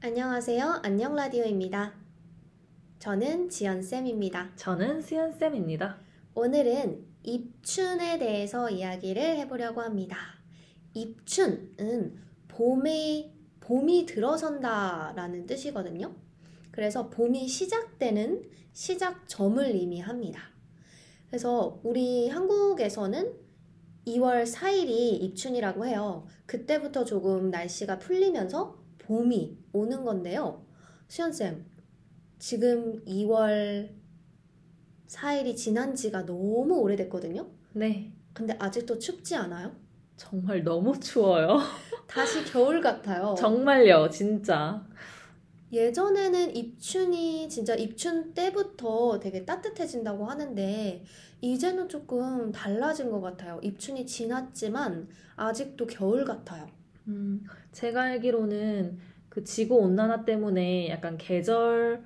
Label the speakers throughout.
Speaker 1: 안녕하세요. 안녕 라디오입니다. 저는 지연쌤입니다.
Speaker 2: 저는 수연쌤입니다.
Speaker 1: 오늘은 입춘에 대해서 이야기를 해보려고 합니다. 입춘은 봄에 봄이 들어선다라는 뜻이거든요. 그래서 봄이 시작되는 시작점을 의미합니다. 그래서 우리 한국에서는 2월 4일이 입춘이라고 해요. 그때부터 조금 날씨가 풀리면서 봄이 오는 건데요. 수연쌤, 지금 2월 4일이 지난 지가 너무 오래됐거든요.
Speaker 2: 네,
Speaker 1: 근데 아직도 춥지 않아요?
Speaker 2: 정말 너무 추워요.
Speaker 1: 다시 겨울 같아요.
Speaker 2: 정말요, 진짜.
Speaker 1: 예전에는 입춘이 진짜 입춘 때부터 되게 따뜻해진다고 하는데 이제는 조금 달라진 것 같아요. 입춘이 지났지만 아직도 겨울 같아요.
Speaker 2: 음, 제가 알기로는 그 지구 온난화 때문에 약간 계절이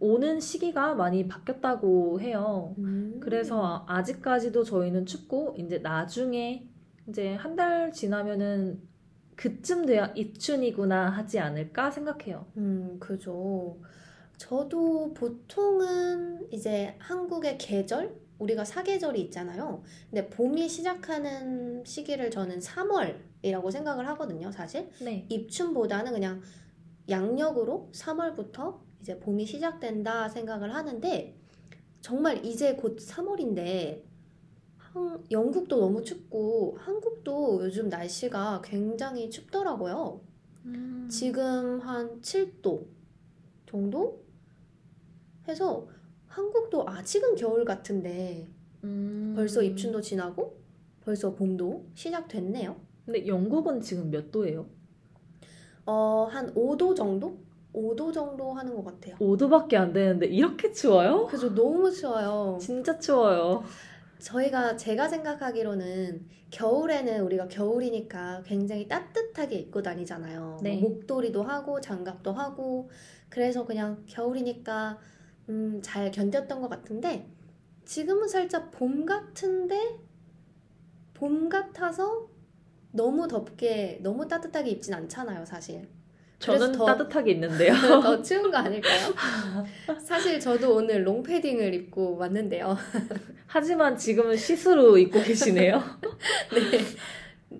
Speaker 2: 오는 시기가 많이 바뀌었다고 해요. 그래서 아- 아직까지도 저희는 춥고 이제 나중에 이제 한 달 지나면은 그쯤 돼야 입춘이구나 하지 않을까 생각해요.
Speaker 1: 음, 그죠. 저도 보통은 이제 한국의 계절, 우리가 사계절이 있잖아요. 근데 봄이 시작하는 시기를 저는 3월이라고 생각을 하거든요, 사실.
Speaker 2: 네.
Speaker 1: 입춘보다는 그냥 양력으로 3월부터 이제 봄이 시작된다 생각을 하는데, 정말 이제 곧 3월인데, 영국도 너무 춥고, 한국도 요즘 날씨가 굉장히 춥더라고요. 음. 지금 한 7도 정도 해서 한국도 아직은 겨울 같은데
Speaker 2: 음.
Speaker 1: 벌써 입춘도 지나고 벌써 봄도 시작됐네요.
Speaker 2: 근데 영국은 지금 몇 도예요?
Speaker 1: 어, 한 5도 정도? 5도 정도 하는 것 같아요.
Speaker 2: 5도밖에 안 되는데 이렇게 추워요?
Speaker 1: 그래서 너무 추워요.
Speaker 2: 진짜 추워요.
Speaker 1: 저희가 제가 생각하기로는 겨울에는 우리가 겨울이니까 굉장히 따뜻하게 입고 다니잖아요.
Speaker 2: 네.
Speaker 1: 뭐 목도리도 하고 장갑도 하고 그래서 그냥 겨울이니까 음, 잘 견뎠던 것 같은데 지금은 살짝 봄 같은데 봄 같아서 너무 덥게 너무 따뜻하게 입진 않잖아요, 사실. 그래서
Speaker 2: 저는
Speaker 1: 더-
Speaker 2: 따뜻하게 있는데요.
Speaker 1: 더 추운 거 아닐까요? 사실 저도 오늘 롱패딩을 입고 왔는데요.
Speaker 2: 하지만 지금은 시스루 입고 계시네요.
Speaker 1: 네.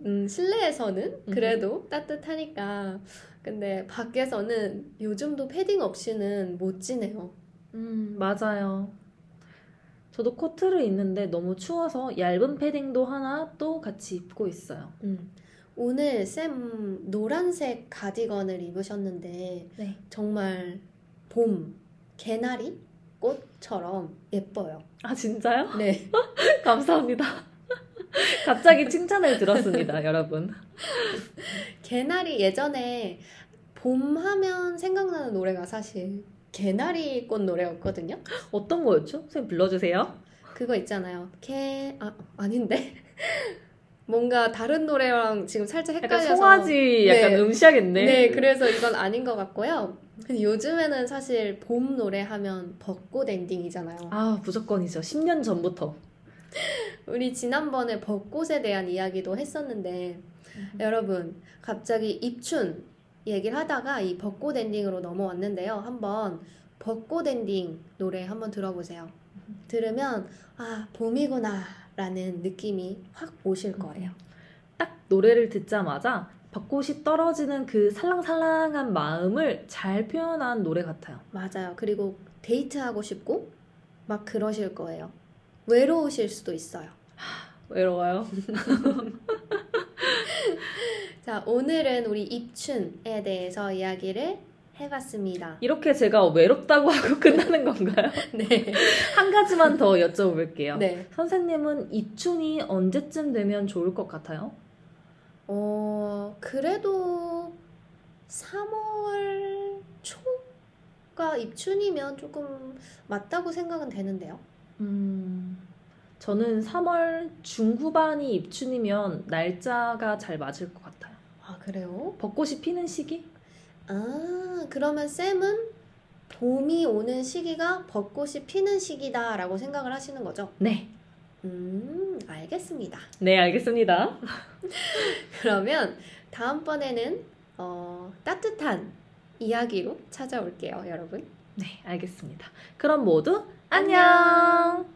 Speaker 1: 음, 실내에서는
Speaker 2: 음.
Speaker 1: 그래도 따뜻하니까. 근데 밖에서는 요즘도 패딩 없이는 못 지내요.
Speaker 2: 음, 맞아요. 저도 코트를 입는데 너무 추워서 얇은 패딩도 하나 또 같이 입고 있어요.
Speaker 1: 음. 오늘 쌤 노란색 가디건을 입으셨는데
Speaker 2: 네.
Speaker 1: 정말 봄, 개나리 꽃처럼 예뻐요.
Speaker 2: 아, 진짜요?
Speaker 1: 네.
Speaker 2: 감사합니다. 갑자기 칭찬을 들었습니다, 여러분.
Speaker 1: 개나리 예전에 봄 하면 생각나는 노래가 사실 개나리 꽃 노래였거든요.
Speaker 2: 어떤 거였죠? 선생님 불러주세요.
Speaker 1: 그거 있잖아요. 개, 아, 아닌데? 뭔가 다른 노래랑 지금 살짝
Speaker 2: 약간
Speaker 1: 헷갈려서.
Speaker 2: 송아지 약간
Speaker 1: 네.
Speaker 2: 음시하겠네.
Speaker 1: 네. 그래서 이건 아닌 것 같고요. 근데 요즘에는 사실 봄 노래 하면 벚꽃 엔딩이잖아요.
Speaker 2: 아, 무조건이죠. 10년 전부터.
Speaker 1: 우리 지난번에 벚꽃에 대한 이야기도 했었는데,
Speaker 2: 음.
Speaker 1: 음. 여러분, 갑자기 입춘 얘기를 하다가 이 벚꽃 엔딩으로 넘어왔는데요. 한번 벚꽃 엔딩 노래 한번 들어보세요.
Speaker 2: 음.
Speaker 1: 들으면, 아, 봄이구나. 라는 느낌이 확 오실 거예요.
Speaker 2: 딱 노래를 듣자마자 벚꽃이 떨어지는 그 살랑살랑한 마음을 잘 표현한 노래 같아요.
Speaker 1: 맞아요. 그리고 데이트하고 싶고 막 그러실 거예요. 외로우실 수도 있어요.
Speaker 2: 외로워요.
Speaker 1: 자, 오늘은 우리 입춘에 대해서 이야기를 해봤습니다.
Speaker 2: 이렇게 제가 외롭다고 하고 끝나는 건가요?
Speaker 1: 네.
Speaker 2: 한 가지만 더 여쭤볼게요.
Speaker 1: 네.
Speaker 2: 선생님은 입춘이 언제쯤 되면 좋을 것 같아요?
Speaker 1: 어, 그래도 3월 초가 입춘이면 조금 맞다고 생각은 되는데요.
Speaker 2: 음, 저는 3월 중후반이 입춘이면 날짜가 잘 맞을 것 같아요.
Speaker 1: 아, 그래요?
Speaker 2: 벚꽃이 피는 시기?
Speaker 1: 아, 그러면 쌤은 봄이 오는 시기가 벚꽃이 피는 시기다라고 생각을 하시는 거죠?
Speaker 2: 네.
Speaker 1: 음, 알겠습니다.
Speaker 2: 네, 알겠습니다.
Speaker 1: 그러면 다음번에는 어, 따뜻한 이야기로 찾아올게요, 여러분.
Speaker 2: 네, 알겠습니다. 그럼 모두
Speaker 1: 안녕.
Speaker 2: 안녕!